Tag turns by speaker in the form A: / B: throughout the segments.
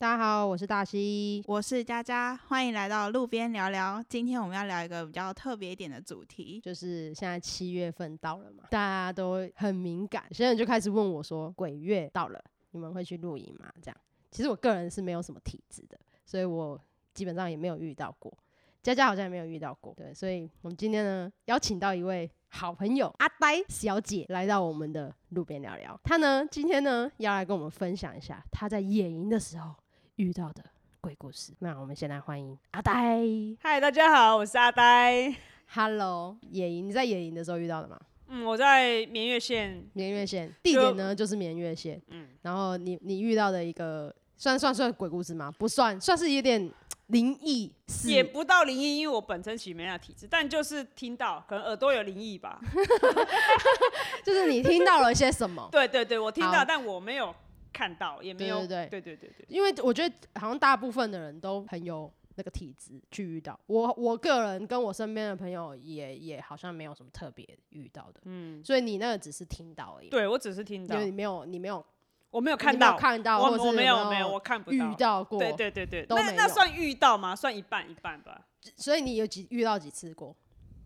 A: 大家好，我是大西。
B: 我是佳佳，欢迎来到路边聊聊。今天我们要聊一个比较特别一点的主题，
A: 就是现在七月份到了嘛，大家都很敏感，有些人就开始问我说：“鬼月到了，你们会去露营吗？”这样，其实我个人是没有什么体质的，所以我基本上也没有遇到过。佳佳好像也没有遇到过，对，所以我们今天呢邀请到一位好朋友阿呆小姐来到我们的路边聊聊。她呢今天呢要来跟我们分享一下她在野营的时候遇到的鬼故事。那我们先来欢迎阿呆。
C: 嗨，大家好，我是阿呆。
A: Hello，野营，你在野营的时候遇到的吗？
C: 嗯，我在绵月县，
A: 绵月线地点呢就是绵月线，
C: 嗯，
A: 然后你你遇到的一个算算算鬼故事吗？不算，算是有点灵异事，
C: 也不到灵异，因为我本身其实没那体质，但就是听到，可能耳朵有灵 异吧。？
A: 就是你听到了一些什么
C: 对对对，我听
A: 好
C: 到，但我没有看到，也没有。
A: 对
C: 对对对对
A: 因为我觉得好像大部分的人都很有那个体质去遇到，我我个人跟我身边的朋友也也好像没有什么特别遇到的，嗯，所以你那个只是听到而已，
C: 对我只是听
A: 因
C: 到
A: 为，你没有你没有
C: 我没有
A: 你
C: 看
A: 没有
C: 到，
A: 看到，
C: 我
A: 或者
C: 我
A: 是
C: 没
A: 有
C: 没有，我看不
A: 遇
C: 到。
A: 到过，
C: 对对对对，
A: 都
C: 那
A: 没
C: 那
A: 有
C: 算遇到吗？算一半一半吧，
A: 所以你有几遇到几次过？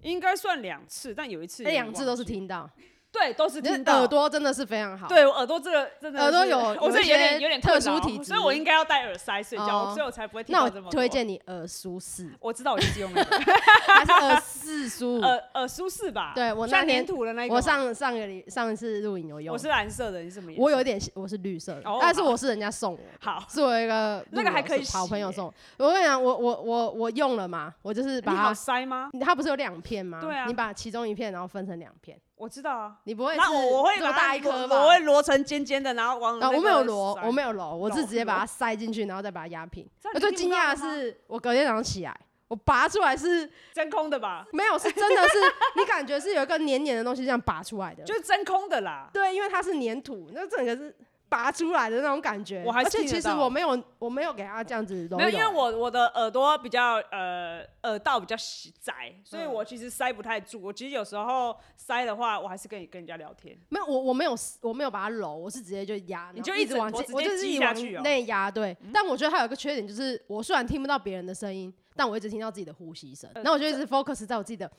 C: 应该算两次，但有一次
A: 那
C: 有点
A: 两次都是
C: 忘记，
A: 听到，
C: 对，都是
A: 你的
C: 听到
A: 耳。朵真的是非常好。
C: 对我耳朵这个真的
A: 耳朵
C: 是
A: 有有
C: 我这
A: 一
C: 有点
A: 些
C: 有点
A: 特
C: 困
A: 殊
C: 扰
A: 体
C: 所
A: 质
C: 以我应该要戴耳塞睡
A: 哦
C: 觉，所以我才不会听
A: 那
C: 到
A: 我
C: 这么
A: 推
C: 多
A: 荐你耳舒适
C: ，我知道我一直用那个
A: 还是耳四 舒？
C: 耳耳舒适吧？
A: 嗯对我那
C: 像
A: 天
C: 粘土的那个吗，
A: 我上上个礼上一次录影有用
C: 我，是蓝色的，你是什么颜色？
A: 我有点我是绿色的
C: 哦，
A: 但是
C: 好
A: 我是人家送我的。
C: 好，
A: 是我一个
C: 那个还
A: 路友
C: 可以
A: 是好朋友
C: 洗耶欸
A: 送我，我跟你讲，我我我我用了嘛，我就是把
C: 你好
A: 它，
C: 塞吗？
A: 它不是有两片吗？
C: 对啊
A: 你把其中一片然后分成两片，
C: 我知道啊，
A: 你不会
C: 那
A: 是
C: 我我会
A: 这
C: 把
A: 么
C: 它
A: 大一
C: 摞
A: 颗吧？
C: 我会摞成尖尖的，然后往
A: 啊，
C: 那
A: 我没
C: 个
A: 有揉，
C: 塞
A: 我没有揉，我是
C: 揉
A: 直接把
C: 揉
A: 它塞进去，然后再把它压平。
C: 这样
A: 我
C: 你
A: 最
C: 听
A: 惊
C: 不到
A: 讶的
C: 了吗
A: 是，我隔天早上起来，我拔出来是
C: 真空的吧，
A: 没有，是真的是你感觉是有一个黏黏的东西这样拔出来的，
C: 就是真空的啦。
A: 对，因为它是粘土，那整个是拔出来的那种感觉。
C: 我还是
A: 而且
C: 听得
A: 其实
C: 到
A: 我没有，我没有给它这样子揉揉，
C: 没有，因为我我的耳朵比较呃耳道比较细窄，所以
A: 嗯
C: 我其实塞不太住。我其实有时候塞的话，我还是跟你跟人家聊天。
A: 没有我我没有我没有把它揉，我是直接就压，
C: 你
A: 然后
C: 就
A: 一
C: 一
A: 直
C: 整
A: 往
C: 坨
A: 前，
C: 直
A: 我
C: 接
A: 就是
C: 击
A: 一直
C: 下
A: 往
C: 去哦
A: 内压，对。但我觉得它有一个缺点就是，我虽然听不到别人的声音，但我一直听到自己的呼吸声，
C: 呃
A: 然后我就一直 focus 在我自己的，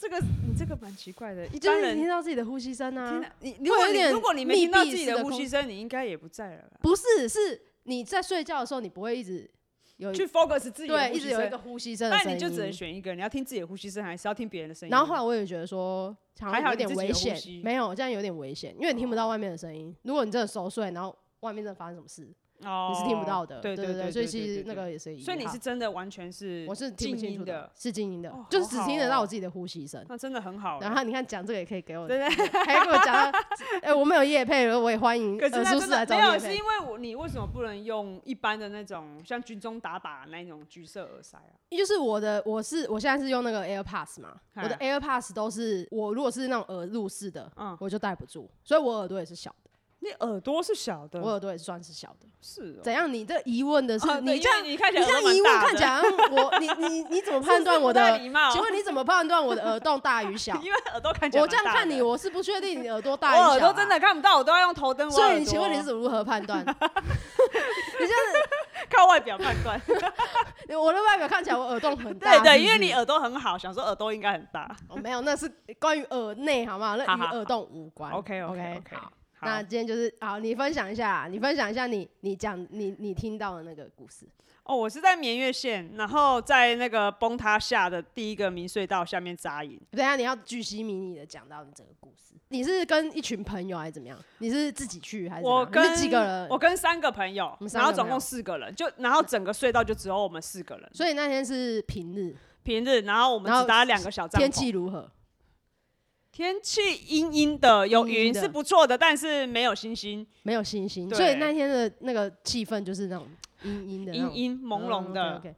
C: 这个你这个蛮奇怪的，一
A: 就
C: 般
A: 是
C: 人
A: 听到自己的呼吸声啊。
C: 天哪，你
A: 会
C: 如果
A: 有
C: 你
A: 点
C: 如果你没
A: 密
C: 听到
A: 闭
C: 自己
A: 式
C: 的
A: 的
C: 呼
A: 空
C: 吸声，你应该也不在了吧。
A: 不是，是你在睡觉的时候，你不会一直有
C: 去 focus 自己的
A: 对，
C: 呼
A: 一
C: 吸
A: 直有一
C: 声
A: 个呼吸声的
C: 那
A: 声音。
C: 你就只能选一个，你要听自己的呼吸声，还是要听别人的声音？
A: 然后后来我也觉得说，好
C: 还
A: 像有
C: 好你
A: 点
C: 自己
A: 危
C: 有呼
A: 险
C: 吸，哦
A: 没有这样有点危险，因为你听不到外面的声音。如果你真的熟睡，然后外面真的发生什么事，
C: 哦
A: 你是听不到的。
C: 对
A: 对
C: 对
A: 对，
C: 对，
A: 所以
C: 对
A: 其实
C: 对
A: 那
C: 对
A: 个也是一
C: 对，所以你是真的完全是
A: 我是听不
C: 静
A: 清楚
C: 音的，，
A: 是静音的
C: 哦，
A: 就是
C: 好
A: 只
C: 好
A: 听得到
C: 哦
A: 我自己的呼吸声。
C: 那真的很好欸。
A: 然后你看讲这个也可以给我，
C: 对对
A: 还给我讲 到，哎，我们有叶配，我也欢迎
C: 可是
A: 呃
C: 那
A: 苏
C: 真
A: 轼来
C: 的
A: 找
C: 没
A: 我
C: 有，
A: 叶
C: 是
A: 配，
C: 因为我你为什么不能用一般的那种像军中打靶那一种橘色耳塞啊？
A: 就是我的，我是我现在是用那个 AirPods 嘛，我的
C: 嗨
A: AirPods 都是我如果是那种耳入式的，
C: 嗯
A: 我就戴不住，所以我耳朵也是小的，
C: 你耳朵是小的，
A: 我耳朵也算是小的。
C: 是哦
A: 怎？样？你这疑问的是、
C: 啊对
A: 你
C: 因
A: 这
C: 为
A: 样，
C: 你看起
A: 你
C: 来
A: 这
C: 耳
A: 样
C: 朵蛮
A: 疑问
C: 大
A: 看
C: 的
A: 起来，我你你你怎么判断我
C: 是不
A: 的
C: 太？礼貌啊
A: 请问你怎么判断我的耳洞大与小
C: ？因为耳朵看起来
A: 我
C: 蛮
A: 这
C: 大的，
A: 样看你，我是不确定你耳朵
C: 我
A: 大与小、
C: 耳朵真。的看不到，我都要用头灯挖耳朵。
A: 所以，请问你是如何判断？
C: 靠外表判 断？
A: 我的外表看起来我耳洞很大，
C: 对
A: 是
C: 对，
A: 不
C: 因
A: 是
C: 为你耳朵很好，想说耳朵应该很大。
A: 哦没有，那是关于耳内好不好？那
C: 好
A: 与
C: 好
A: 耳洞无关。
C: OK OK
A: OK
C: OK，
A: 好。
C: 好
A: 那今天就是好，你分享一下，你分享一下你你讲你你听到的那个故事。
C: 哦，我是在绵月县，然后在那个崩塌下的第一个明隧道下面扎营。
A: 等一下你要巨细靡遗的讲到你整个故事。你是跟一群朋友还是怎么样？你是自己去还是怎么
C: 我
A: 样？你
C: 跟
A: 是几个人
C: 我？跟三个朋友
A: 我们，三
C: 然
A: 个
C: 后
A: 朋
C: 总
A: 友
C: 共四个人，就然后整个隧道就只有我们四个人。
A: 所以那天是平日，
C: 平日，然后我们
A: 然后
C: 只搭两个小帐篷。
A: 天气如何？
C: 天气阴阴的，有
A: 阴阴
C: 云
A: 的
C: 是不错的，但是没有星星，
A: 没有信心，
C: 对
A: 所以那天的那个气氛就是那种阴阴的那种、
C: 阴阴朦胧的，
A: OK，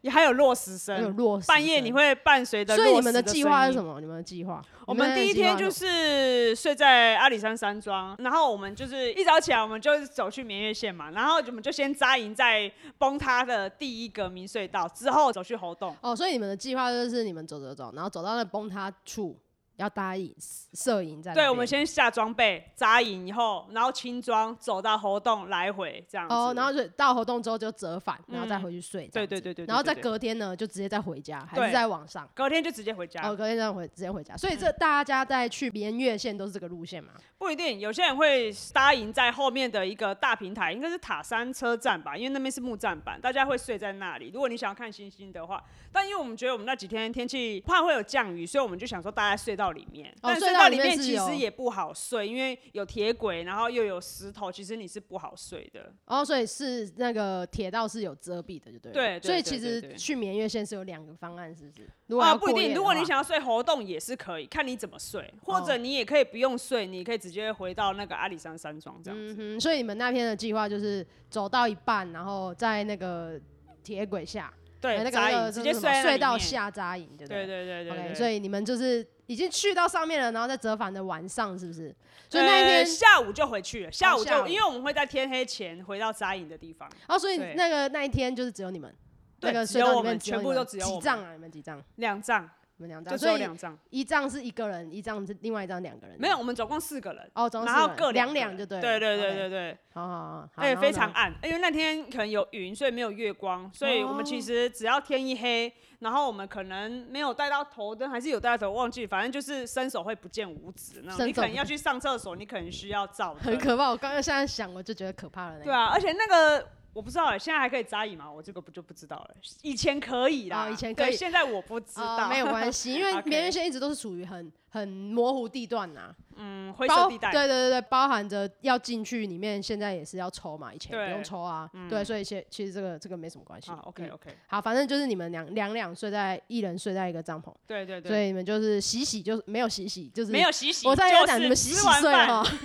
C: 也还有落石
A: 那种
C: 声。
A: 落石
C: 半夜你
A: 声，
C: 会伴随着，
A: 所以你们
C: 的
A: 计划是
C: 么？
A: 什么？你们的计划？
C: 我
A: 你
C: 们第一
A: 的计划
C: 天就是
A: 什么
C: 是睡在阿里山山庄，然后我们就是一早起来，我们就走去绵月县嘛，然后我们就先扎营在崩塌的第一个明隧道，之后走去猴洞。
A: 哦，所以你们的计划就是你们走走走，然后走到那崩塌处，要搭影摄影在那边。
C: 对，我们先下装备，扎营以后，然后轻装走到活动来回这样子。
A: 哦，然后就到活动之后就折返，然后再
C: 嗯
A: 回去睡这
C: 对
A: 样子。
C: 对对对对
A: 然后再
C: 对
A: 隔天呢，就直接再回家，还
C: 对嗯
A: 是在网上。
C: 隔天就直接回家，
A: 哦，隔天再回直接回家，所以这大家在去连月线都是这个路线嘛？
C: 不一定。有些人会搭营在后面的一个大平台，应该是塔山车站吧，因为那边是木栈板，大家会睡在那里。如果你想要看星星的话，但因为我们觉得我们那几天天气怕会有降雨，所以我们就想说大家睡到里面。
A: 哦
C: 但
A: 隧
C: 隧
A: 道
C: 道
A: 里面是
C: 其
A: 有
C: 实也不好睡，因为有铁轨，然后又有石头，其实你是不好睡的。
A: 哦，所以是那个铁道是有遮蔽的，就对了。
C: 对对
A: 所以
C: 对
A: 其
C: 对
A: 实
C: 对
A: 去绵月线是有两个方案，是不是？如果
C: 啊，
A: 要
C: 不一
A: 过夜
C: 定。
A: 的
C: 如果你
A: 话，
C: 想要睡活动也是可以，看你怎么睡，或者
A: 哦
C: 你也可以不用睡，你可以直接回到那个阿里山山庄这样子。
A: 嗯哼，所以你们那天的计划就是走到一半，然后在那个铁轨下，
C: 对，
A: 呃那个
C: 扎
A: 那
C: 营
A: 个
C: 直
A: 叫
C: 接
A: 什
C: 睡
A: 么
C: 在那
A: 隧
C: 里
A: 道
C: 面。
A: 下扎营，对不
C: 对对对对
A: OK，
C: 对。
A: 所以你们就是已经去到上面了，然后再折返的晚上，是不是？所以
C: 呃
A: 那一天，哦
C: 下午就回去了，下午就、
A: 下午
C: 因为我们会在天黑前回到扎营的地方，
A: 哦，所以
C: 对
A: 那个那一天就是只有你们，
C: 对
A: 那个
C: 只
A: 隧
C: 有
A: 道
C: 我
A: 里面
C: 们
A: 只有
C: 全
A: 你
C: 部
A: 们
C: 都只有我
A: 几
C: 们
A: 丈啊？你们几丈？
C: 两帐，
A: 你们两
C: 就
A: 丈，
C: 只
A: 所
C: 有
A: 以
C: 两帐，
A: 一丈是一个人，一丈是另外一丈两个人。
C: 没有，我们总共四个人。
A: 哦，总共
C: 然
A: 四
C: 后
A: 人
C: 各
A: 两
C: 两
A: 两就对了。
C: 对对
A: OK
C: 对对对，
A: 好好好，
C: 而且非常
A: 暗，
C: 暗，因为那天可能有云，所以没有月光，所
A: 哦
C: 以我们其实只要天一黑，然后我们可能没有带到头灯，还是有带到头，忘记，反正就是伸手会不见五指那种。
A: 伸
C: 你
A: 手
C: 可能
A: 不
C: 要去上厕所，你可能需要 照
A: 很
C: 灯。
A: 可怕。我刚刚现在想，我就觉得可怕了。
C: 对，啊，而且那个我不知道哎、现在还可以扎蚁吗？我这个不就不知道了。以前可以啦，
A: 哦以前
C: 对
A: 可以
C: 现在我不知道，
A: 啊，没有关系，因为
C: OK
A: 绵延线一直都是处于很很模糊地段呐，
C: 嗯，灰
A: 包
C: 色地
A: 对
C: 带。
A: 对对对，包含着要进去里面，现在也是要抽嘛，以前不
C: 对
A: 用抽啊，对，所以其其实这个这个没什么关系
C: 啊。，OK
A: 嗯
C: OK，
A: 好，反正就是你们两两两睡在一人睡在一个帐篷，
C: 对对
A: 所
C: 对，
A: 以你们就是洗洗就是没有洗洗，就是
C: 没。有洗洗，
A: 我在
C: 就
A: 讲
C: 是
A: 你们洗
C: 吃
A: 洗
C: 完
A: 睡了
C: 饭
A: 哈，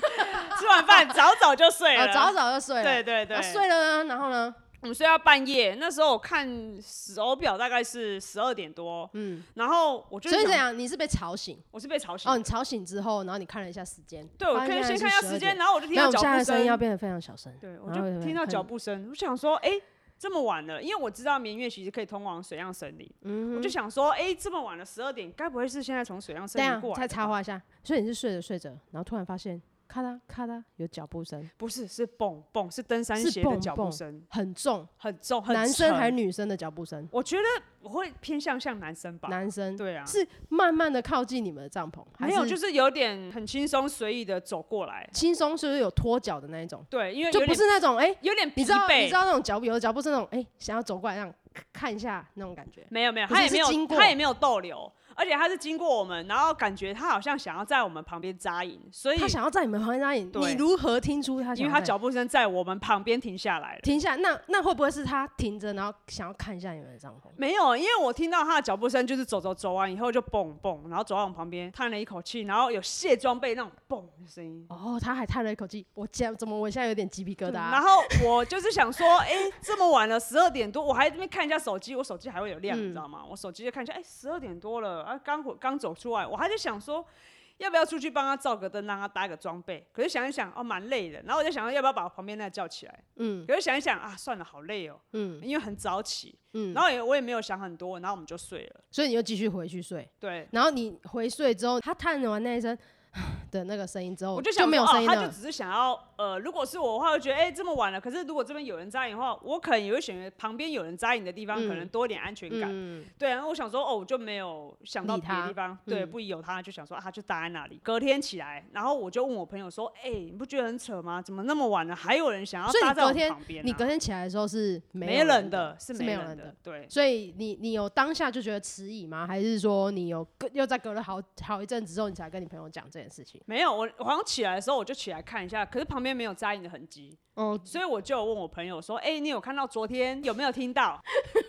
C: 吃完饭早早就睡了，
A: 啊早早就睡了，
C: 对对对，
A: 啊睡了呢，然后呢，
C: 我们睡到半夜，那时候我看手表大概是十二点多，
A: 嗯，
C: 然后我就
A: 所以
C: 是
A: 这
C: 想，
A: 样你是被吵醒。
C: 我是被吵醒
A: 哦，
C: 的，
A: 你吵醒之后，然后你看了一下时间，
C: 对我
A: 发
C: 可以
A: 现
C: 先
A: 是
C: 看一下
A: 12
C: 时间，
A: 点，
C: 然后我就听
A: 那
C: 到
A: 我们
C: 脚
A: 现在
C: 步
A: 的声音要
C: 声，
A: 变得非常小声。
C: 对我
A: 然后
C: 就听到脚，步声，我想说，哎、这么晚了，因为我知道明月其实可以通往水漾森林，
A: 嗯
C: 我就想说，哎、这么晚了，十二点，该不会是现在从水漾
A: 这
C: 森林
A: 样
C: 过来的吧？
A: 再啊插话一下，所以你是睡着睡着，然后突然发现咔啦咔啦有脚步声，
C: 不是，是蹦蹦，是登山
A: 是
C: 鞋的
A: 蹦
C: 脚步
A: 蹦
C: 声，
A: 很重，
C: 很重，很
A: 男生
C: 沉
A: 还是女生的脚步声？
C: 我觉得我会偏向像男生吧。
A: 男生
C: 对啊，
A: 是慢慢的靠近你们的帐篷，还
C: 没有，就是是有点很轻松随意的走过来。
A: 轻松，就是有拖脚的那一种，
C: 对，因为
A: 就
C: 有
A: 不
C: 点
A: 是那种哎，
C: 有点
A: 你
C: 疲
A: 知道你
C: 惫
A: 知。道那种脚步有的脚步是那种哎想要走过来让看一下那种感觉，
C: 没有没有，
A: 不
C: 他
A: 是
C: 也
A: 是
C: 没有
A: 经过
C: 他也没有逗留，而且他是经过我们，然后感觉他好像想要在我们旁边扎营，所以
A: 他想要在你们旁边扎营，
C: 对
A: 你如何听出他想要在？
C: 因为他脚步声在我们旁边停下来了。
A: 停下，那那会不会是他停着，然后想要看一下你们的帐篷？
C: 没有，因为我听到他的脚步声，就是走走走完以后就蹦蹦，然后走到我们旁边，叹了一口气，然后有卸装备那种蹦的声音。
A: 哦，他还叹了一口气，我现在怎么我现在有点鸡皮疙瘩、啊
C: 然后我就是想说，哎、这么晚了，十二点多，我还在那边看一下手机，我手机还会有亮，
A: 嗯
C: 你知道吗？我手机就看一下，哎、1十二点多了，啊，刚回刚走出来，我还在想说。要不要出去帮他照个灯，让他搭个装备？可是想一想，哦，蛮累的。然后我就想说，要不要把我旁边那个叫起来？
A: 嗯
C: 可是想一想，啊，算了，好累哦，
A: 嗯
C: 因为很早起。
A: 嗯，
C: 然后也我也没有想很多，然后我们就睡了。
A: 所以你就继续回去睡，
C: 对，
A: 然后你回睡之后，他叹完那一声 的那个声音之后，
C: 我想
A: 没有
C: 说
A: 声
C: 哦，
A: 音
C: 他就
A: 了。
C: 只是想要，呃，如果是我的话，我觉得，哎、这么晚了，可是如果这边有人扎营的话，我可能也会选择旁边有人扎营的地方，可
A: 嗯
C: 能多一点安全感。
A: 嗯，
C: 对啊，我想说哦，我就没有想到
A: 理
C: 别的
A: 他
C: 地方，对，
A: 嗯
C: 不疑有他，就想说啊，他就搭在那里。隔天起来，然后我就问我朋友说，哎、你不觉得很扯吗？怎么那么晚了，还有人想要
A: 所以
C: 搭
A: 你
C: 在我
A: 隔
C: 们
A: 天、
C: 旁边、啊？
A: 你隔天起来的时候是没
C: 没
A: 有
C: 人
A: 的
C: 的，，是
A: 没
C: 没
A: 有
C: 人
A: 的
C: 的，。对。
A: 所以你你有当下就觉得迟疑吗？还是说你有隔又在隔了好好一阵子之后，你才跟你朋友讲这件事情？
C: 没有，我我好像起来的时候我就起来看一下，可是旁边没有扎营的痕迹，
A: 哦，
C: 所以我就有问我朋友说：“哎、你有看到昨天有没有听到？”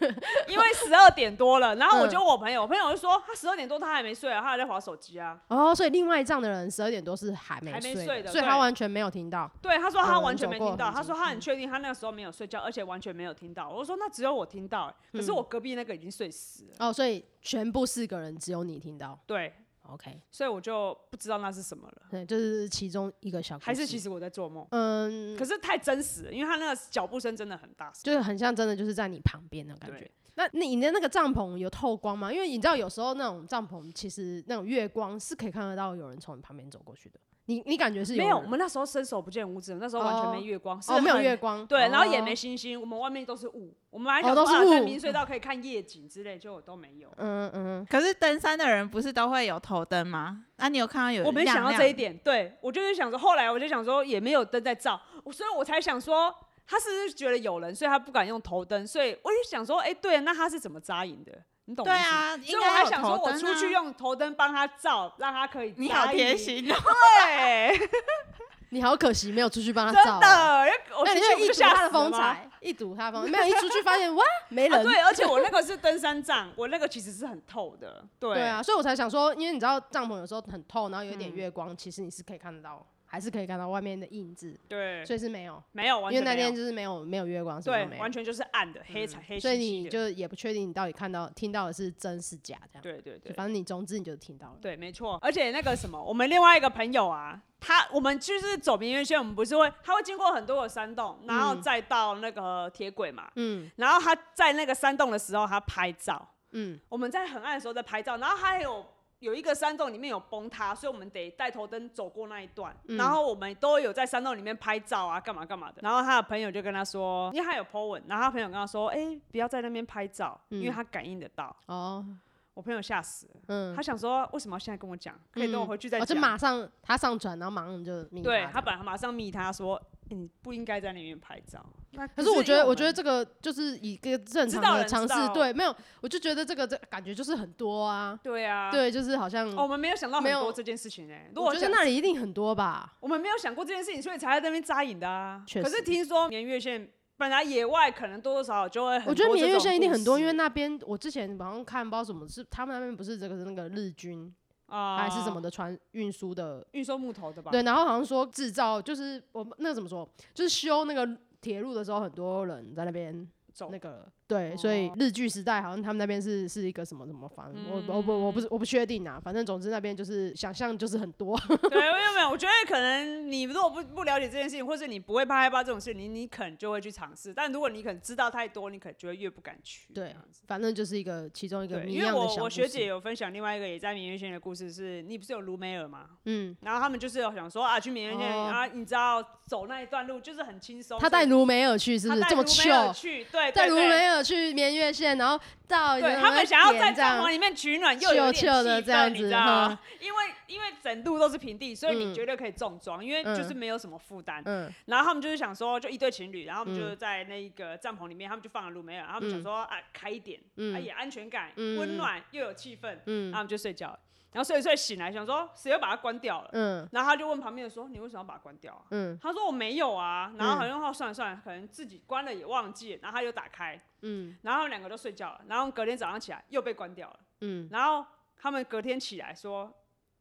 C: 因为十二点多了，然
A: 嗯
C: 后我就问我朋友，我朋友就说他十二点多他还没睡啊，他还在划手机啊。
A: 哦，所以另外一仗的人十二点多是还没
C: 还没
A: 睡
C: 睡的
A: 所以
C: 对
A: 他完全没有听到。
C: 对，他说
A: 有
C: 他
A: 人
C: 完全
A: 嗯走
C: 没
A: 过嗯
C: 听到，
A: 痕
C: 他
A: 迹
C: 说他很确定他那个时候没有睡觉，而且完全没有听到。我说那只有我听到欸、可
A: 嗯
C: 是我隔壁那个已经睡死了。
A: 哦，所以全部四个人只有你听到。
C: 对，
A: OK，
C: 所以我就不知道那是什么了，
A: 对，就是其中一个小故事
C: 还是其实我在做梦。
A: 嗯，
C: 可是太真实了，因为他那个脚步声真的很大声。
A: 就是很像真的就是在你旁边的感觉
C: 对。
A: 那你的那个帐篷有透光吗？因为你知道有时候那种帐篷其实那种月光是可以看得到有人从你旁边走过去的。你你感觉是
C: 没有，
A: 有
C: 我
A: 人
C: 们那时候伸手不见五指，那时候完全
A: 哦
C: 没月光，是
A: 哦没有
C: 很
A: 月光
C: 对，然后也
A: 哦
C: 没星星，我们外面都是雾。我们还
A: 哦
C: 想
A: 都
C: 说、
A: 是
C: 啊、在
A: 雾
C: 明隧道可以看夜景之类，结果都没有。
A: 嗯嗯
B: 可是登山的人不是都会有头灯吗？那、你有看到有
C: 我没
B: 亮
C: 想到
B: 亮
C: 这一点，对我就是想说，后来我就想说也没有灯在照，我所以我才想说他是不是觉得有人，所以他不敢用头灯，所以我就想说，哎、对，那他是怎么扎营的？你懂我
B: 对
C: 意思吗？
B: 啊，
C: 所以
B: 应
C: 我
B: 该
C: 还
B: 有
C: 想说，
B: 头
C: 我
B: 灯
C: 出
B: 啊
C: 去用头灯帮他照，让他可以。
B: 你好贴。 心哦，
C: 对，
A: 嗯，你好可惜没有出去 帮他
C: 真
A: 照啊。
C: 的，我
A: 那你
C: 出
A: 就
C: 去我
A: 一
C: 就
A: 睹
C: 吓
A: 他
C: 死
A: 的
C: 了
A: 风
C: 吗
A: 采， 一睹他的 风采，没有一出去发现 哇没
C: 啊，
A: 人，
C: 对，而且我那个是登山杖，我那个其实是很透的，对，嗯
A: 对啊，所以我才想说，因为你知道帐篷有时候很透，然后有一点月光，其实你是可以看得到，还是可以看到外面的影子，
C: 对，
A: 所以是没有，
C: 没有完
A: 因为
C: 全
A: 那
C: 没有
A: 天就是没有没有月光，什么都没
C: 对，
A: 有嗯
C: 完，全就是暗的，黑彩黑漆漆的，
A: 所以你就也不确定你到底看到听到的是真是假这样。
C: 对对
A: 就
C: 对
A: 反正你总之你就听到了。
C: 对，没错，而且那个什么，我们另外一个朋友啊。他我们就是走明月线，我们不是会，他会经过很多个山洞，然后
A: 嗯
C: 再到那个铁轨嘛。
A: 嗯
C: 然后他在那个山洞的时候，他拍照，
A: 嗯，
C: 我们在很暗的时候在拍照，然后还有有一个山洞里面有崩塌，所以我们得带头灯走过那一段。
A: 嗯
C: 然后我们都有在山洞里面拍照啊，干嘛干嘛的。然后他的朋友就跟他说，因为他有 po 文，然后他朋友跟他说，哎、不要在那边拍照，
A: 嗯
C: 因为他感应得到。
A: 哦，
C: 我朋友吓死了，
A: 嗯
C: 他，想说为什么要现在跟我讲？可以等我回去再
A: 哦，就
C: 讲。
A: 马上他上传，然后马上就明白
C: 对
A: 了
C: 他本来马上密他说，哎你不应该在那边拍照。那
A: 可是我觉得，我觉得
C: 得
A: 这个就是一个正
C: 知
A: 常
C: 道
A: 的
C: 人知
A: 尝试
C: 道，
A: 对，没有，我就觉得这个这感觉就是很多啊，
C: 对啊，
A: 对，就是好像，
C: 哦、我们没有想到
A: 没
C: 很
A: 有
C: 多这件事情哎、如果
A: 我觉
C: 想
A: 得那里一定很多吧，
C: 我们没有想过这件事情，所以才在那边扎营的啊。
A: 确
C: 可是
A: 实
C: 听说绵月线本来野外可能多多少少就会很多
A: 我觉得
C: 这
A: 绵月
C: 种
A: 线一定很
C: 故
A: 多，
C: 事
A: 因为那边我之前好像看不知道什么是他们那边不是这个是那个日军
C: 啊、
A: 还是什么的船运输的，
C: 运送木头的吧？
A: 对，然后好像说制造就是我那个怎么说，就是修那个铁路的时候，很多人在那边
C: 走哦
A: 那个对，所以日据时代好像他们那边是是一个什么什么房，我我不
C: 嗯
A: 我不是我不确定啊，反正总之那边就是想象就是很多，
C: 对，没有没有，我觉得可能你如果不不了解这件事情，或是你不会怕害怕这种事情，你你可能就会去尝试。但如果你可能知道太多，你可能就会越不敢去。这
A: 对啊
C: 样子，
A: 反正就是一个其中一个
C: 对，
A: 谜
C: 因
A: 一
C: 为
A: 样的
C: 我
A: 小
C: 我
A: 故
C: 学
A: 事
C: 姐有分享另外一个也在绵月线的故事是，你不是有卢梅尔吗？
A: 嗯，
C: 然后他们就是有想说啊，去绵月线、
A: 哦
C: 啊，你知道走那一段路就是很轻松。
A: 他带卢梅尔去是不
C: 他
A: 是
C: 带
A: 这么
C: 卢梅尔
A: chill？
C: 去，对，
A: 带
C: 对
A: 卢
C: 对
A: 梅尔去绵月线，然后到
C: 对
A: 什
C: 他
A: 么
C: 们想要
A: 点
C: 在
A: 这
C: 帐篷
A: 样，
C: 里面取暖，又有点气
A: chill-chill 的这样
C: 氛，
A: 子
C: 你知道吗
A: 哈？
C: 因为因为整路都是平地，所以你
A: 嗯
C: 绝对可以重装，因为
A: 嗯
C: 就是没有什么负担。
A: 嗯
C: 然后他们就是想说，就一对情侣，然后他们就
A: 嗯
C: 在那个帐篷里面，他们就放了路梅尔，他们想说啊，开一点，啊
A: 嗯
C: 也安全感，
A: 嗯
C: 温暖又有气氛，然后
A: 嗯
C: 他们就睡觉了。然后睡一睡醒来，想说谁又把它关掉了？
A: 嗯
C: 然后他就问旁边的说：“你为什么要把它关掉啊？”
A: 嗯
C: 他说：“我没有啊。”然后
A: 嗯
C: 好像话算了算了，可能自己关了也忘记了，然后他又打开，
A: 嗯
C: 然后他们两个都睡觉了，然后隔天早上起来又被关掉了，
A: 嗯，
C: 然后他们隔天起来说：“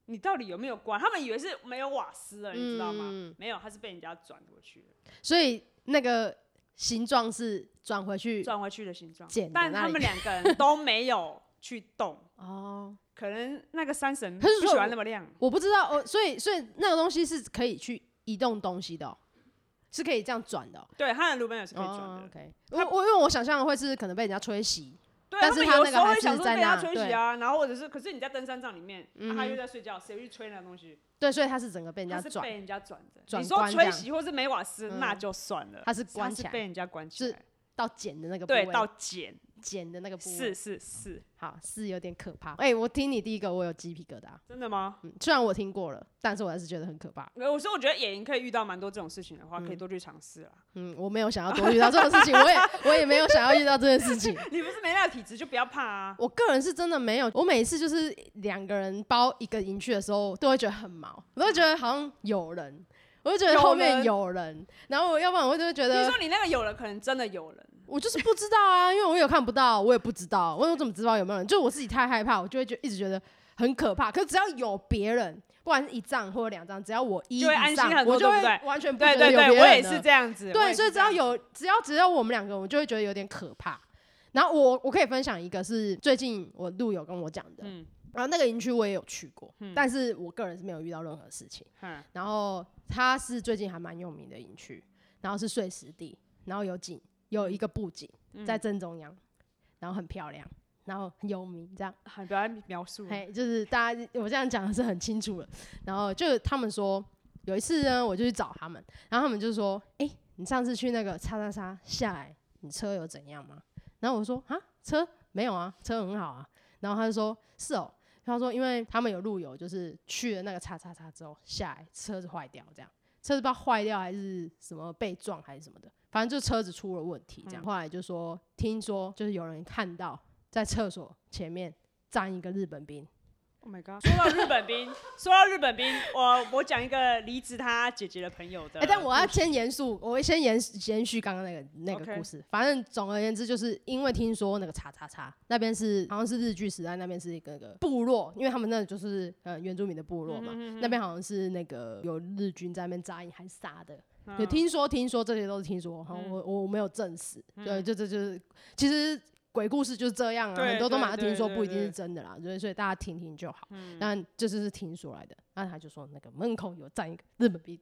C: 你到底有没有关？”他们以为是没有瓦斯了，你知道吗？
A: 嗯
C: 没有，他是被人家转过去了，
A: 所以那个形状是转回去
C: 转回去的形状
A: 剪。的
C: 但
A: 那
C: 他
A: 里
C: 们两个人都没有去动，
A: 哦。
C: 可能那个山神
A: 可是
C: 不
A: 如
C: 喜
A: 果
C: 欢那么亮。
A: 我不知道哦，所以所以那个东西是可以去移动东西的、哦，是可以这样转的、哦。
C: 对，他的路边也是可以转的。
A: 哦，OK，我我因为我想象的会是可能被人家吹洗，
C: 对，
A: 但
C: 他
A: 是
C: 们
A: 他
C: 有
A: 那
C: 时
A: 个
C: 候
A: 还
C: 会想
A: 是
C: 说
A: 在
C: 被他
A: 那
C: 吹
A: 对
C: 洗啊，然后或者是，可是你在登山杖里面，啊他
A: 嗯
C: 又
A: 哼
C: 在睡觉，谁会去吹那个东西？
A: 对，所以它是整个被人
C: 他
A: 家
C: 是
A: 转
C: 被，人家转的。
A: 转
C: 你说
A: 关这
C: 吹
A: 样
C: 洗或是没瓦斯，
A: 嗯
C: 那就算了。
A: 它是
C: 他
A: 关
C: 是
A: 起
C: 被
A: 来
C: 人家关起
A: 是
C: 来，
A: 到剪的那个部
C: 对，
A: 位，
C: 到剪，
A: 剪的那个部位
C: 是是是，
A: 好是有点可怕。哎、我听你第一个，我有鸡皮疙瘩。
C: 真的吗？
A: 嗯，虽然我听过了，但是我还是觉得很可怕。
C: 呃我说我觉得野营可以遇到蛮多这种事情的话，可以
A: 嗯
C: 多去尝试啦。
A: 嗯，我没有想要多遇到这种事情，我也我也没有想要遇到这件事情。
C: 你不是没那个体质就不要怕啊。
A: 我个人是真的没有，我每次就是两个人包一个营区的时候，都会觉得很毛，我都会觉得好像有人，我就觉得后面有人，然后我要不然我就会觉
C: 你
A: 得
C: 说你那个有人可能真的有人，
A: 我就是不知道啊，因为我也看不到，我也不知道，我怎么知道有没有人？就我自己太害怕，我就会觉一直觉得很可怕。可只要有别人，不管是一仗或者两仗，只要我一
C: 就会安心很多
A: 我就
C: 对
A: 会
C: 不对
A: 完全不
C: 对
A: 觉得
C: 对
A: 有别
C: 对，
A: 人
C: 我也
A: 了
C: 是这样子。我也
A: 对，
C: 是
A: 所以只
C: 这样
A: 要有只要只要我们两个，我就会觉得有点可怕。然后我我可以分享一个是最近我路友跟我讲的，
C: 嗯
A: 然后那个营区我也有去过，
C: 嗯
A: 但是我个人是没有遇到任何事情。
C: 嗯
A: 然后它是最近还蛮有名的营
C: 嗯
A: 区，然后是碎石地，然后有景，有一个布景在正中央，然后很漂亮，然后很有名，这样。
C: 还不要描述，
A: 哎，就是大家我这样讲的是很清楚了。然后就他们说，有一次呢，我就去找他们，然后他们就说：“哎、你上次去那个叉叉叉下来，你车有怎样吗？”然后我说：“啊，车没有啊，车很好啊。”然后他就说：“是哦。”他说：“因为他们有路友，就是去了那个叉叉叉之后下来，车子坏掉，这样车子不知道坏掉还是什么被撞还是什么的，反正就车子出了问题。这样、后来就说，听说就是有人看到在厕所前面站一个日本兵，
C: Oh my god！说到日本兵，说到日本兵，我我讲一个离职他姐姐的朋友的
A: 哎、
C: 啊故事。
A: 但我要先严肃，我会先延延续刚刚那个那个
C: OK
A: 故事。反正总而言之，就是因为听说那个叉叉叉那边是好像是日据时代，那边是一个个部落，因为他们那就是呃原住民的部落
C: 嗯
A: 嘛，那边好像是那个有日军在那边扎营还是啥的。
C: 嗯
A: 有听说，听说这些都是听说，哈、我我我没有证实，对，就这就是其实鬼故事就是这样啊，
C: 嗯对
A: 很多都
C: 对
A: 马上
C: 对
A: 听说，
C: 对
A: 不一定
C: 对嗯
A: 是真的啦，所以所以大家听听就好。但这就是听说来的，那他就说那个门口有站一个日本 兵，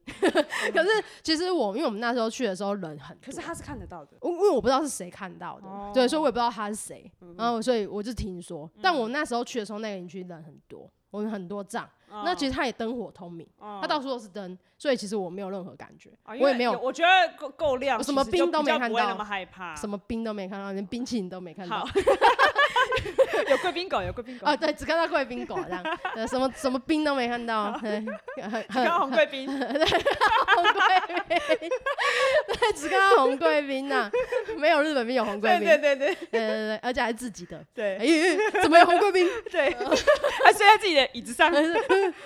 A: 可是其实我因为我们那时候去的时候人很多，
C: 可是他是看得到的。
A: 我因为我不知道是谁看到的，对，所以我也不知道他是谁，
C: 哦
A: 然后所以我就听说，
C: 嗯
A: 但我那时候去的时候那个营区人很多，我们很多帐，
C: 哦
A: 那其实他也灯火通明，他到处都是灯，所以其实我没有任何感觉，
C: 啊因为
A: 我也没有
C: 我觉得够够亮，
A: 我什么
C: 其实就
A: 兵都没
C: 比较
A: 看
C: 不会
A: 到
C: 那么害怕。
A: 什么冰都没看到，连冰淇淋都没看到
C: 啊好， 有贵宾狗，有贵宾狗
A: 啊，，对，只看到贵宾狗这 样，呃什么什么冰都没看到，对
C: 刚刚红贵宾，
A: 红贵宾，对，只看到红贵宾呐、没有日本兵，有红贵
C: 对
A: 宾，
C: 对对对
A: 对对对，而且还是自己的。哎、
C: 对
A: 怎么有红贵宾？
C: 对， 他睡在自己的椅子上。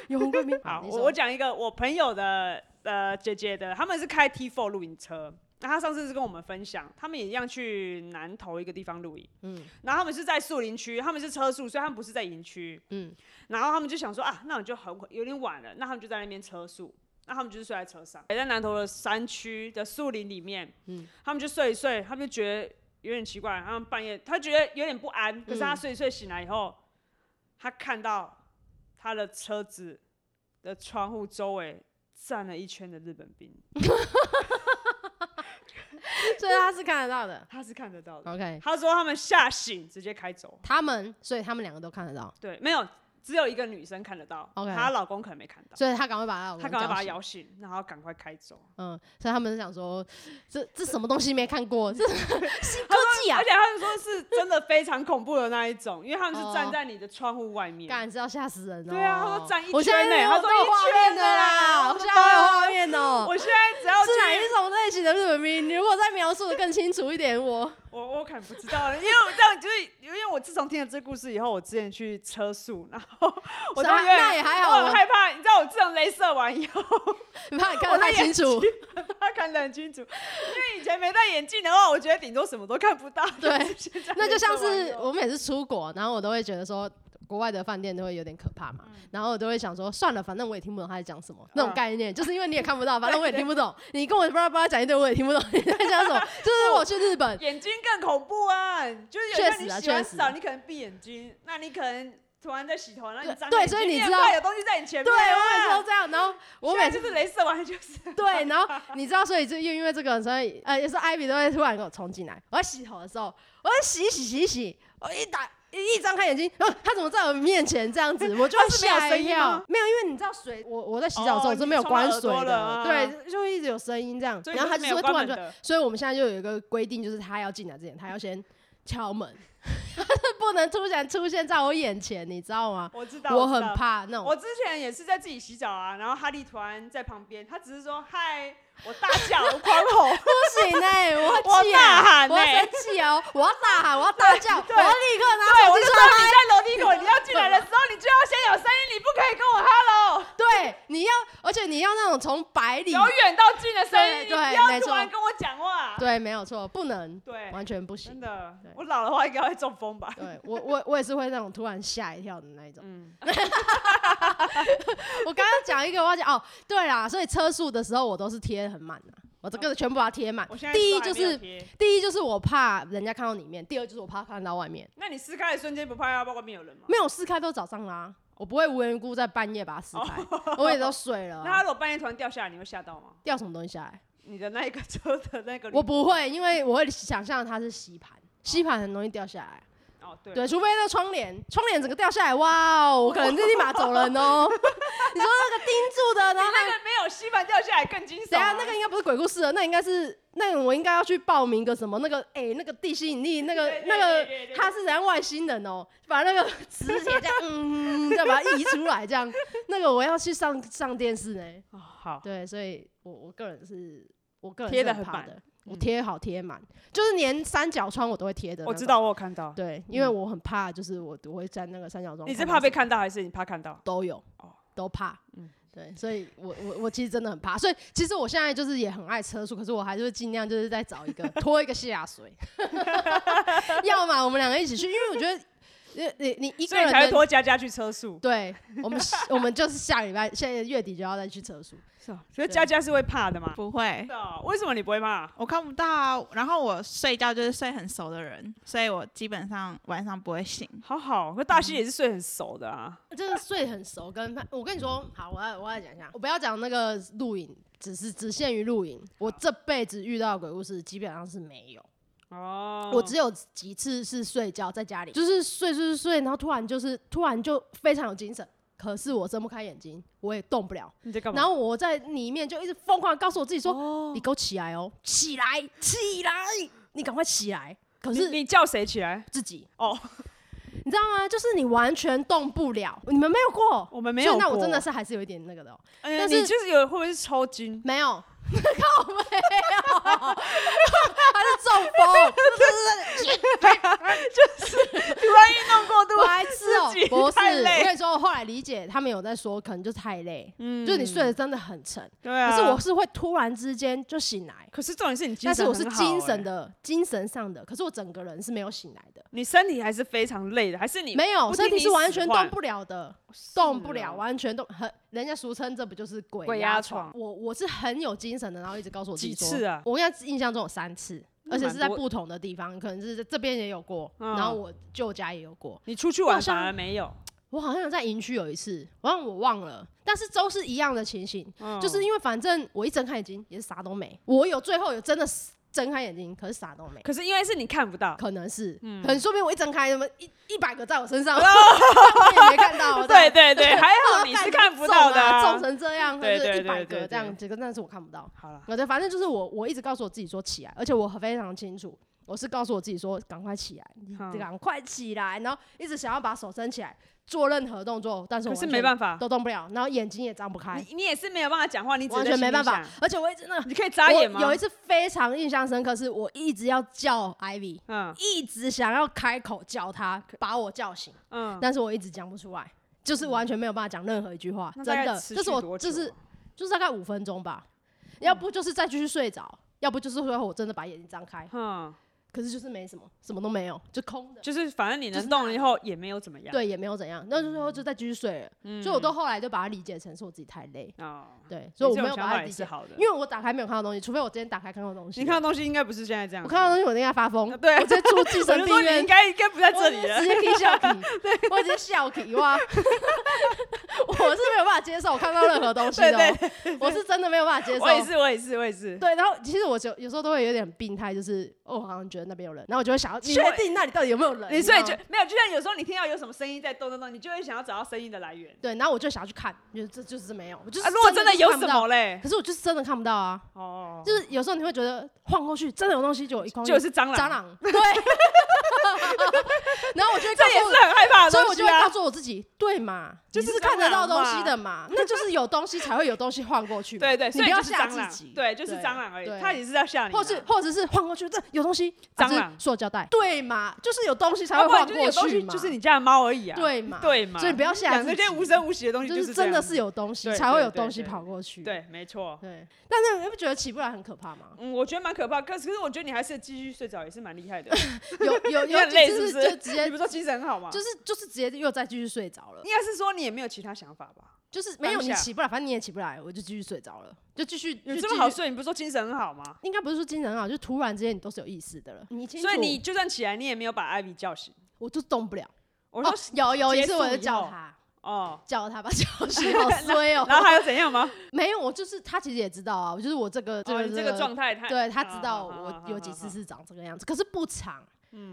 A: 有红贵 宾。
C: 好，
A: 你
C: 我
A: 说
C: 我讲一个我朋友的呃姐姐的，他们是开 T4 露营车。那他上次是跟我们分享，他们也一样去南投一个地方露营，嗯，然后他们是在树林区，他们是车速，所以他们不是在营区，嗯
A: 嗯，
C: 然后他们就想说啊，那我就很有点晚了，那他们就在那边车速，那他们就是睡在车上，也在南投的山区的树林里面，嗯，他们就睡一睡，他们就觉得有点奇怪，他们半夜他觉得有点不安，可是
A: 嗯
C: 他睡一睡醒来以后，他看到他的车子的窗户周围站了一圈的日本兵，
A: 所以他是看得到的。
C: 他是看得到的。
A: OK，
C: 他说他们吓醒，直接开走。
A: 他们，所以他们两个都看得到，
C: 对，没有，只有一个女生看得到
A: OK
C: 她老公可能没看到，
A: 所以他赶快把他老公
C: 她赶快把他
A: 叫醒
C: 摇醒，然后赶快开走。
A: 嗯，所以他们是想说，这这什么东西没看过，这 新科技啊
C: 而，且他们说是真的非常恐怖的那一种，因为他们是站
A: 哦
C: 在你的窗户外面。
A: 干是要吓死人哦。
C: 对啊他说站一
A: 我现在
C: 圈欸
A: 有
C: 他说
A: 都有
C: 一
A: 画
C: 圈
A: 面的
C: 的啦
A: 啦，
C: 我
A: 我
C: 的
A: 现在有
C: 妈
A: 画面哦。
C: 我现在只要
A: 是哪一
C: 去，
A: 种类型的日本兵？你如果再描述的更清楚一点，我
C: 我我可能不知道了，因为我这样就是因为我自从听了这故事以后，我之前去车速，然后我
A: 是
C: 都
A: 啊
C: 有点
A: 那也还好
C: 我很
A: 我
C: 害怕。你知道我自从镭射完以后，
A: 你怕你看得太清楚。
C: 他看得很清楚，因为以前没戴眼镜的话，我觉得顶多什么都看不到。
A: 对
C: 但是现在
A: 那就像是
C: 没戴完以后
A: 我每次出国，然后我都会觉得说。国外的饭店都会有点可怕嘛，
C: 嗯
A: 然后我都会想说，算了，反正我也听不懂他在讲什么，那种概念，就是因为你也看不到， 反正我也听不懂，你跟我巴拉巴拉讲一堆，我也听不懂你在讲什么。就是我去 日本，
C: 眼睛更恐怖啊，就是有
A: 确
C: 时候你
A: 实啊
C: 洗完
A: 确实
C: 澡，你可能闭眼睛，那你可能突然在洗头，然后
A: 对
C: 你张
A: 对
C: 眼睛
A: 所以你
C: 也
A: 知
C: 怕
A: 道
C: 有东西在你前
A: 对
C: 面
A: 我
C: 啊。
A: 每次都这样，然后我每
C: 现在
A: 次
C: 就是镭射完就是
A: 对，然后你知道，所以就又因为这个，所以呃，有时候艾比都会突然给我冲进来。我在洗头的时候，我在洗一洗洗一洗，我一打一一张开眼睛， 然后他怎么在我面前这样子，我就
C: 他是没有
A: 吓
C: 声
A: 一
C: 音
A: 跳
C: 吗。
A: 没有，因为你知道水，我我在洗澡的时
C: 哦
A: 候我是没有
C: 你冲到
A: 关
C: 耳
A: 水
C: 朵
A: 的，
C: 了啊
A: 对，就一直有声音这样。
C: 所以
A: 然后
C: 你
A: 他就
C: 是没
A: 是
C: 有
A: 会
C: 关
A: 突然
C: 门
A: 就，
C: 的
A: 所以我们现在就有一个规定，就是他要进来之前，他要先敲门， 他是不能突然出现在我眼前，你知道吗？
C: 我知道，
A: 我
C: 知
A: 很
C: 道。
A: 怕那种。
C: 我之前也是在自己洗澡啊，然后哈利突然在旁边，他只是说嗨， 我大叫，我狂吼，
A: 不行哎、我会
C: 我
A: 气
C: 大喊
A: 我要
C: 欸
A: 生气哦，我要大喊，我要大叫，我要立刻
C: 对
A: 拿
C: 对，
A: 手
C: 我
A: 机
C: 就
A: 出
C: 说
A: 来
C: 你在楼梯口，你要进来的时候，你就要先有声音，你不可以跟我 hello，
A: 对，你要，而且你要那种从百里，
C: 由远到近的声
A: 对
C: 音，你不
A: 对
C: 要
A: 没
C: 突然
A: 错
C: 跟我讲话。
A: 对，没有错，不能，
C: 对，
A: 完全不行
C: 真。的
A: 对，
C: 我老的话应该会中风吧？
A: 对我，我我也是会那种突然吓一跳的那一 种。
C: 嗯，
A: 我刚刚讲一个，我要讲哦，对啦，所以车速的时候我都是贴很满的，我这个全部把它贴满
C: 我现在。
A: 啊第
C: 手
A: 一
C: 还
A: 就
C: 没有
A: 是，
C: 贴
A: 第一就是我怕人家看到里面，第二就是我怕看到外面。
C: 那你撕开的瞬间不怕要外面有人吗？
A: 没有撕开都早上啦，我不会无缘无故在半夜把它撕开，我也都睡了啊、
C: 哦 那他如果半夜突然掉下来，你会吓到吗？
A: 掉什么东西下来？
C: 你的那一个车的那个，
A: 我不会，因为我会想象它是吸盘，吸盘很容易掉下来。
C: 哦，对，
A: 对，除非那个窗帘，窗帘整个掉下来，哇哦，我可能就立马走人 哦。你说那个钉住的，然后
C: 那 个没有吸盘掉下来更惊悚
A: 等一
C: 啊。
A: 下那个应该不是鬼故事了，那应该是那个我应该要去报名个什么那个哎、那个地心引力那个
C: 对对
A: 那个
C: 对对对
A: 他是怎样外星人哦，把那个磁铁这样嗯再把它移出来这样，那个我要去上上电视呢、
C: 哦好，
A: 对，所以我我个人是我个人
C: 贴
A: 是
C: 得
A: 很
C: 很
A: 怕
C: 满嗯
A: 的，我贴好贴满，就是连三角窗我都会贴的。
C: 我知。道，我有看到。
A: 对，因为我很怕，就是我我会在那个三角窗。
C: 你是怕被看到还是你怕看到？
A: 都有
C: 哦，
A: 都怕。
C: 嗯
A: 对，所以我我我其实真的很怕，所以其实我现在就是也很爱车速，可是我还是会尽量就是再找一个拖一个下 水， 要么我们两个一起去，因为我觉得你你你一
C: 所
A: 个
C: 以你才会
A: 人的
C: 拖佳佳去车速，
A: 对，我们我们就是下礼拜现在月底就要再去车速，
C: 是啊。所以佳佳是会怕的嘛？
B: 不会
C: 真，的哦，为什么你不会怕？
B: 我看不到啊。然后我睡觉就是睡很熟的人，所以我基本上晚上不会醒。
C: 好好，可大西
A: 嗯
C: 也是睡很熟的啊。
A: 真的睡很熟。跟潘我跟你说，好，我要我要讲一下，我不要讲那个露营，只是只限于露营。我这辈子遇到的鬼故事基本上是没有，
C: 哦，
A: 我只有几次是睡觉在家里，就是睡睡睡睡，然后突然就是突然就非常有精神，可是我睁不开眼睛，我也动不了。
C: 你在干嘛？
A: 然后我在里面就一直疯狂地告诉我自己说：“
C: 哦
A: 你给我起来哦，起来，起来，你赶快起来。”可
C: 你
A: 是
C: 你叫谁起来？
A: 自己
C: 哦，
A: 你知道吗？就是你完全动不了，你们没有过，
C: 我们没有
A: 所以那我
C: 过
A: 真的是还是有一点那个的、哦，
C: 嗯
A: 但
C: 你
A: 是
C: 就是有会不会是抽筋？
A: 没有， 靠没有，还是中风。
C: 突然运动过度，
A: 白痴哦、
C: 自己
A: 不是，
C: 太累
A: 我跟你说，我后来理解他们有在说，可能就太累，
C: 嗯
A: 就是你睡得真的很沉。
C: 对
A: 可
C: 啊。
A: 是我，是会突然之间就醒来，
C: 可是重点是你精
A: 但
C: 神
A: 是
C: 很好
A: 我是
C: 欸，
A: 精神的、精神上的，可是我整个人是没有醒来的，
C: 你身体还是非常累的，还是你
A: 没有
C: 不听
A: 身体
C: 你
A: 是完全
C: 使唤
A: 动不了的，动不
C: 哦
A: 了，完全动。很人家俗称这不就是鬼
C: 鬼
A: 压
C: 压
A: 床
C: 床？
A: 我我是很有精神的，然后一直告诉我自己
C: 几
A: 说
C: 次啊
A: 我现在印象中有三次，
C: 那
A: 而且
C: 蛮
A: 是在
C: 多
A: 不同的地方，可能是在这边也有过，
C: 嗯
A: 然后我舅家也有过，
C: 你出去
A: 我好
C: 玩
A: 像
C: 反而没有，
A: 我好像有在营区有一次，好像我忘了，但是都是一样的情形，
C: 嗯
A: 就是因为反正我一睁开眼睛也是啥都没，我有最后有真的是睁开眼睛，可是啥都没，
C: 可是因为是你看不到，
A: 可能是，
C: 嗯
A: 可能说不定我一睁开，那么一一百个在我身 上， 我也没看到，我
C: 对
A: 在。
C: 对对，还
A: 我
C: 好
A: 说
C: 你
A: 干
C: 是
A: 这
C: 看
A: 么
C: 不
A: 重
C: 到的
A: 啊，
C: 啊、
A: 重成这样，
C: 对
A: 就是
C: 对
A: 一百
C: 对对
A: 个
C: 对
A: 这样，这个但是我看不到。
C: 好了，
A: 我的反正就是我，我一直告诉我自己说起来，而且我非常清楚，我是告诉我自己说赶快起来，
C: 好
A: 赶快起来，然后一直想要把手伸起来，做任何动作，但是我
C: 可是
A: 完
C: 没
A: 全
C: 办法，
A: 都动不了，然后眼睛也张不开，
C: 你你也是没有办法讲话，你只
A: 完
C: 能
A: 全没办
C: 心
A: 法
C: 里想。
A: 而且我一直那
C: 你可以眨眼吗？
A: 我有一次非常印象深刻，是我一直要叫 Ivy，
C: 嗯
A: 一直想要开口叫他把我叫醒，
C: 嗯，
A: 但是我一直讲不出来，就是完全没有办法讲任何一句话，
C: 那大
A: 真
C: 概
A: 的，
C: 持
A: 这是
C: 续
A: 我
C: 多
A: 这
C: 久
A: 是
C: 啊
A: 就是大概五分钟吧，要不就是再继续睡着，要不就是说我真的把眼睛张开，
C: 嗯，
A: 可是就是没什么，什么都没有，就空的。
C: 就是反正你
A: 就是
C: 能动
A: 那
C: 了以后也没有怎么样。嗯
A: 对，也没有怎样，那最后就再继续睡了，所以我都后来就把它理解成是我自己太累，
C: 哦，
A: 对，所
C: 所
A: 以
C: 以
A: 我没有把
C: 想
A: 它
C: 法
A: 理
C: 也
A: 解
C: 是好的，
A: 因为我打开没有看到东西，除非我今天打开看到东西。
C: 你看到东西应该不是现在这样
A: 我
C: 子。
A: 看到东西，我应该发疯
C: 啊，对
A: 我直接住精
C: 我
A: 神
C: 就
A: 病
C: 说你
A: 院
C: 应，该应该不在这
A: 我
C: 里
A: 直接
C: 了
A: 直。接可以 笑皮，我直接笑皮哇！ 我是没有办法接受我看到任何东西的
C: 对
A: 哦，我是真的没有办法接受
C: 我。也是，我也是，我也是。
A: 对，然后其实我就有时候都会有点病态，就是哦，我好像觉得那边有人，然后我就会想要
C: 你
A: 确
C: 会
A: 定那里到底有没有人，
C: 你所以
A: 知
C: 就
A: 道吗
C: 没有，就像有时候你听到有什么声音在动动动，你就会想要找到声音的来源。
A: 对，然后我就想要去看，就这就是没有，我就是
C: 啊，如果真的
A: 就是
C: 有
A: 看
C: 什
A: 不到
C: 么，嘞，
A: 可是我就是真的看不到啊，
C: 哦，
A: 就是有时候你会觉得晃过去真的有东西，就有一光
C: 就是蟑
A: 蟑
C: 螂，
A: 螂，对， 然后我就会告
C: 这也
A: 诉我
C: 是很害怕的
A: 所以
C: 东
A: 我
C: 西
A: 就会告
C: 啊。
A: 诉我自己，对嘛，
C: 就
A: 你
C: 是
A: 是看得
C: 蟑
A: 到东
C: 螂嘛
A: 西的 嘛，那就是有东西才会有东西晃过去嘛。
C: 对对，
A: 你
C: 所以
A: 不要
C: 就是
A: 吓
C: 蟑
A: 自
C: 螂
A: 己。，
C: 对，就是
A: 对
C: 蟑螂而
A: 对
C: 已，它也是在吓你啊。
A: 或是或者是晃过去，这有东西，啊
C: 蟑
A: 这是
C: 螂
A: 塑胶袋，啊对嘛，就是有东西才
C: 要
A: 会
C: 啊不然
A: 晃
C: 就是有
A: 过
C: 东
A: 去
C: 西
A: 嘛，
C: 就是你家的猫而已啊。
A: 对嘛，
C: 对嘛，
A: 所以不要吓
C: 养
A: 自
C: 这
A: 己，
C: 些无声无息的东西，
A: 就是真的
C: 这
A: 是有东西
C: 对
A: 才会
C: 对
A: 有
C: 对
A: 东西
C: 对
A: 跑过去。
C: 样对，没错。
A: 对，但是你不觉得起不来很可怕吗？
C: 嗯，我觉得蛮可怕，可是可是我觉得你还是继续睡着也是蛮厉 害的。
A: 有有
C: 你
A: 有
C: 很
A: 几
C: 累
A: 次
C: 是不是
A: 就直接
C: 你不是说精神很好吗？
A: 就是就是直接又再继续睡着了。
C: 应该是说你也没有其他想法吧？
A: 就是没有
C: 当
A: 你
C: 下
A: 起不来，反正你也起不来，我就继续睡着了，就继续
C: 有
A: 就
C: 这
A: 继
C: 么好
A: 续
C: 睡？你不是说精神很好吗？
A: 应该不是说精神很好，就突然之间你都是有意识的了。你清楚
C: 所以你就算起来，你也没有把艾比 叫醒。
A: 我就动不了。
C: 我说
A: 哦、有有一
C: 结
A: 次我
C: 束
A: 就
C: 以
A: 叫
C: 后
A: 他，
C: 哦，
A: 叫他把叫醒，好衰哦、
C: 然后还有怎样吗？
A: 没有，我就是他其实也知道啊，我 就是我这个这
C: 哦，
A: 个
C: 你这个状态太啊
A: 对他
C: 好
A: 知道
C: 好好
A: 我
C: 好
A: 有
C: 好
A: 几次
C: 好
A: 是长这个样子，可是不长。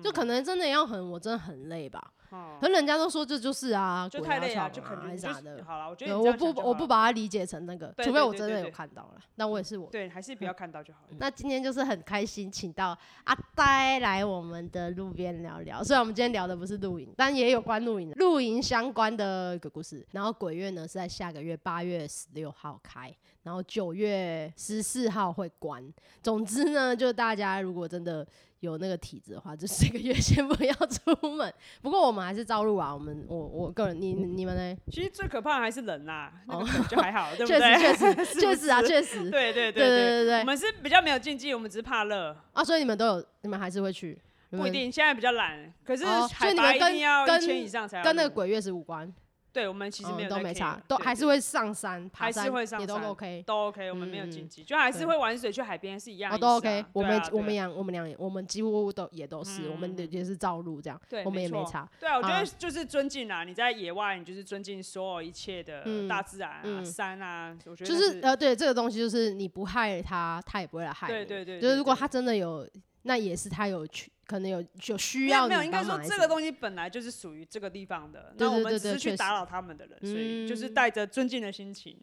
A: 就可能真的要很，我真的很累吧。
C: 嗯哦
A: 可是人家都说这就是啊，
C: 就
A: 鬼
C: 太
A: 压
C: 累了，
A: 床
C: 就
A: 啊
C: 肯
A: 还
C: 定
A: 是
C: 就
A: 啥
C: 是
A: 的。
C: 好了。我觉
A: 对，
C: 得你这
A: 我
C: 样
A: 不
C: 讲就
A: 我
C: 好
A: 不
C: 了
A: 把它理解成那个，
C: 对
A: 除非
C: 对
A: 我
C: 对
A: 真
C: 对
A: 的有
C: 对嗯
A: 看到了，但我也是我
C: 对，还是不要看到就好了。
A: 那今天就是很开心，请到阿呆来我们的路边聊聊。虽然我们今天聊的不是露营，但也有关露营、露营相关的鬼故事。然后鬼月呢是在下个月八月十六号开，然后九月十四号会关。总之呢，就大家如果真的有那个体质的话，就 这个月先不要出门。不过我们还是照录啊，我们我我个人，你你们呢？
C: 其实最可怕的还是人啦，那
A: 哦
C: 个梗就还好，对不
A: 确
C: 对？
A: 实确实
C: 是
A: 确
C: 不
A: 实啊，
C: 是
A: 确实。
C: 对
A: 对
C: 对对
A: 对
C: 我
A: 对对
C: 们是比较没有禁忌，我们只是怕热，
A: 啊！所以你们都有，你们还是会去？你
C: 不
A: 们
C: 一定。现在比较懒，可是
A: 哦所以
C: 海
A: 你
C: 拔
A: 们
C: 一
A: 跟
C: 定要
A: 跟
C: 一千以上才要
A: 跟那个
C: 录，
A: 鬼月是无关。
C: 对我们其实没有
A: 嗯、都
C: 在
A: 没
C: care，
A: 差，都
C: 对
A: 还
C: 对
A: 是会上山爬
C: 还是
A: 山，
C: 会上
A: 也都
C: 山
A: OK。
C: 都 OK，我们没有
A: 嗯
C: 禁忌，就还是
A: 对
C: 会玩水去海边是一样的
A: 哦，都
C: 意思啊。
A: OK，我
C: 对
A: 们
C: 啊
A: 我们
C: 对
A: 俩我们俩也我们几乎都也都是，我们
C: 嗯嗯嗯
A: 也是照录这样，
C: 对
A: 我们也没
C: 错
A: 差。
C: 对啊，我觉
A: 啊
C: 得就是尊敬啦，你在野外，你就是尊敬所有一切的
A: 嗯
C: 大自然啊、
A: 嗯
C: 山啊，我觉得
A: 就
C: 那
A: 是
C: 是
A: 呃，对这个东西，就是你不害他，他也不会来害你。
C: 对对对
A: 就是
C: 对
A: 如果
C: 对
A: 他真的有，那也是他有去，可能有有需
C: 没
A: 要
C: 有没
A: 你
C: 有，应该
A: 帮
C: 说
A: 忙还是
C: 这
A: 什
C: 个
A: 么
C: 东西本来就是属于这个地方的，
A: 对
C: 那我
A: 对
C: 们
A: 对
C: 只
A: 对
C: 是去
A: 确
C: 打
A: 实
C: 扰他们的人，所以就是
A: 嗯
C: 带着尊敬的心情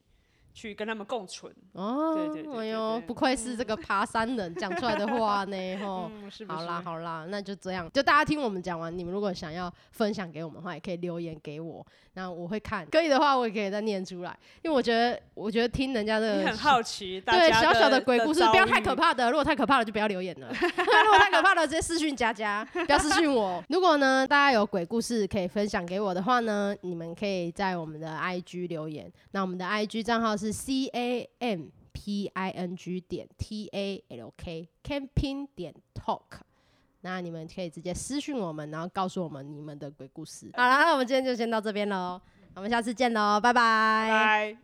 C: 去跟他们共存。
A: 哦，
C: 对对对
A: 哎
C: 对
A: 呦
C: 对，
A: 不愧是这个爬山人讲出来的话 呢，吼。
C: 嗯，是不
A: 好
C: 是？
A: 啦好啦，那就这样，就大家听我们讲完，你们如果想要分享给我们的话，也可以留言给我，那我会看，可以的话我也可以再念出来，因为我觉得我觉得听人家的
C: 你很好奇大
A: 呃对
C: 家
A: 小小的鬼故事，不要
C: 遭
A: 太可
C: 遇。
A: 怕的。如果太可怕了，就不要留言了。 如果太可怕了，直接私讯佳佳，不要私讯 我。如果呢，大家有鬼故事可以分享给我的话呢，你们可以在我们的 IG 留言。那我们的 IG 账号是 C A M P I N G 点 T A L K camping 点 talk。那你们可以直接私讯我们，然后告诉我们你们的鬼故事。好啦，那我们今天就先到这边喽，我们下次见喽，拜拜
C: 拜。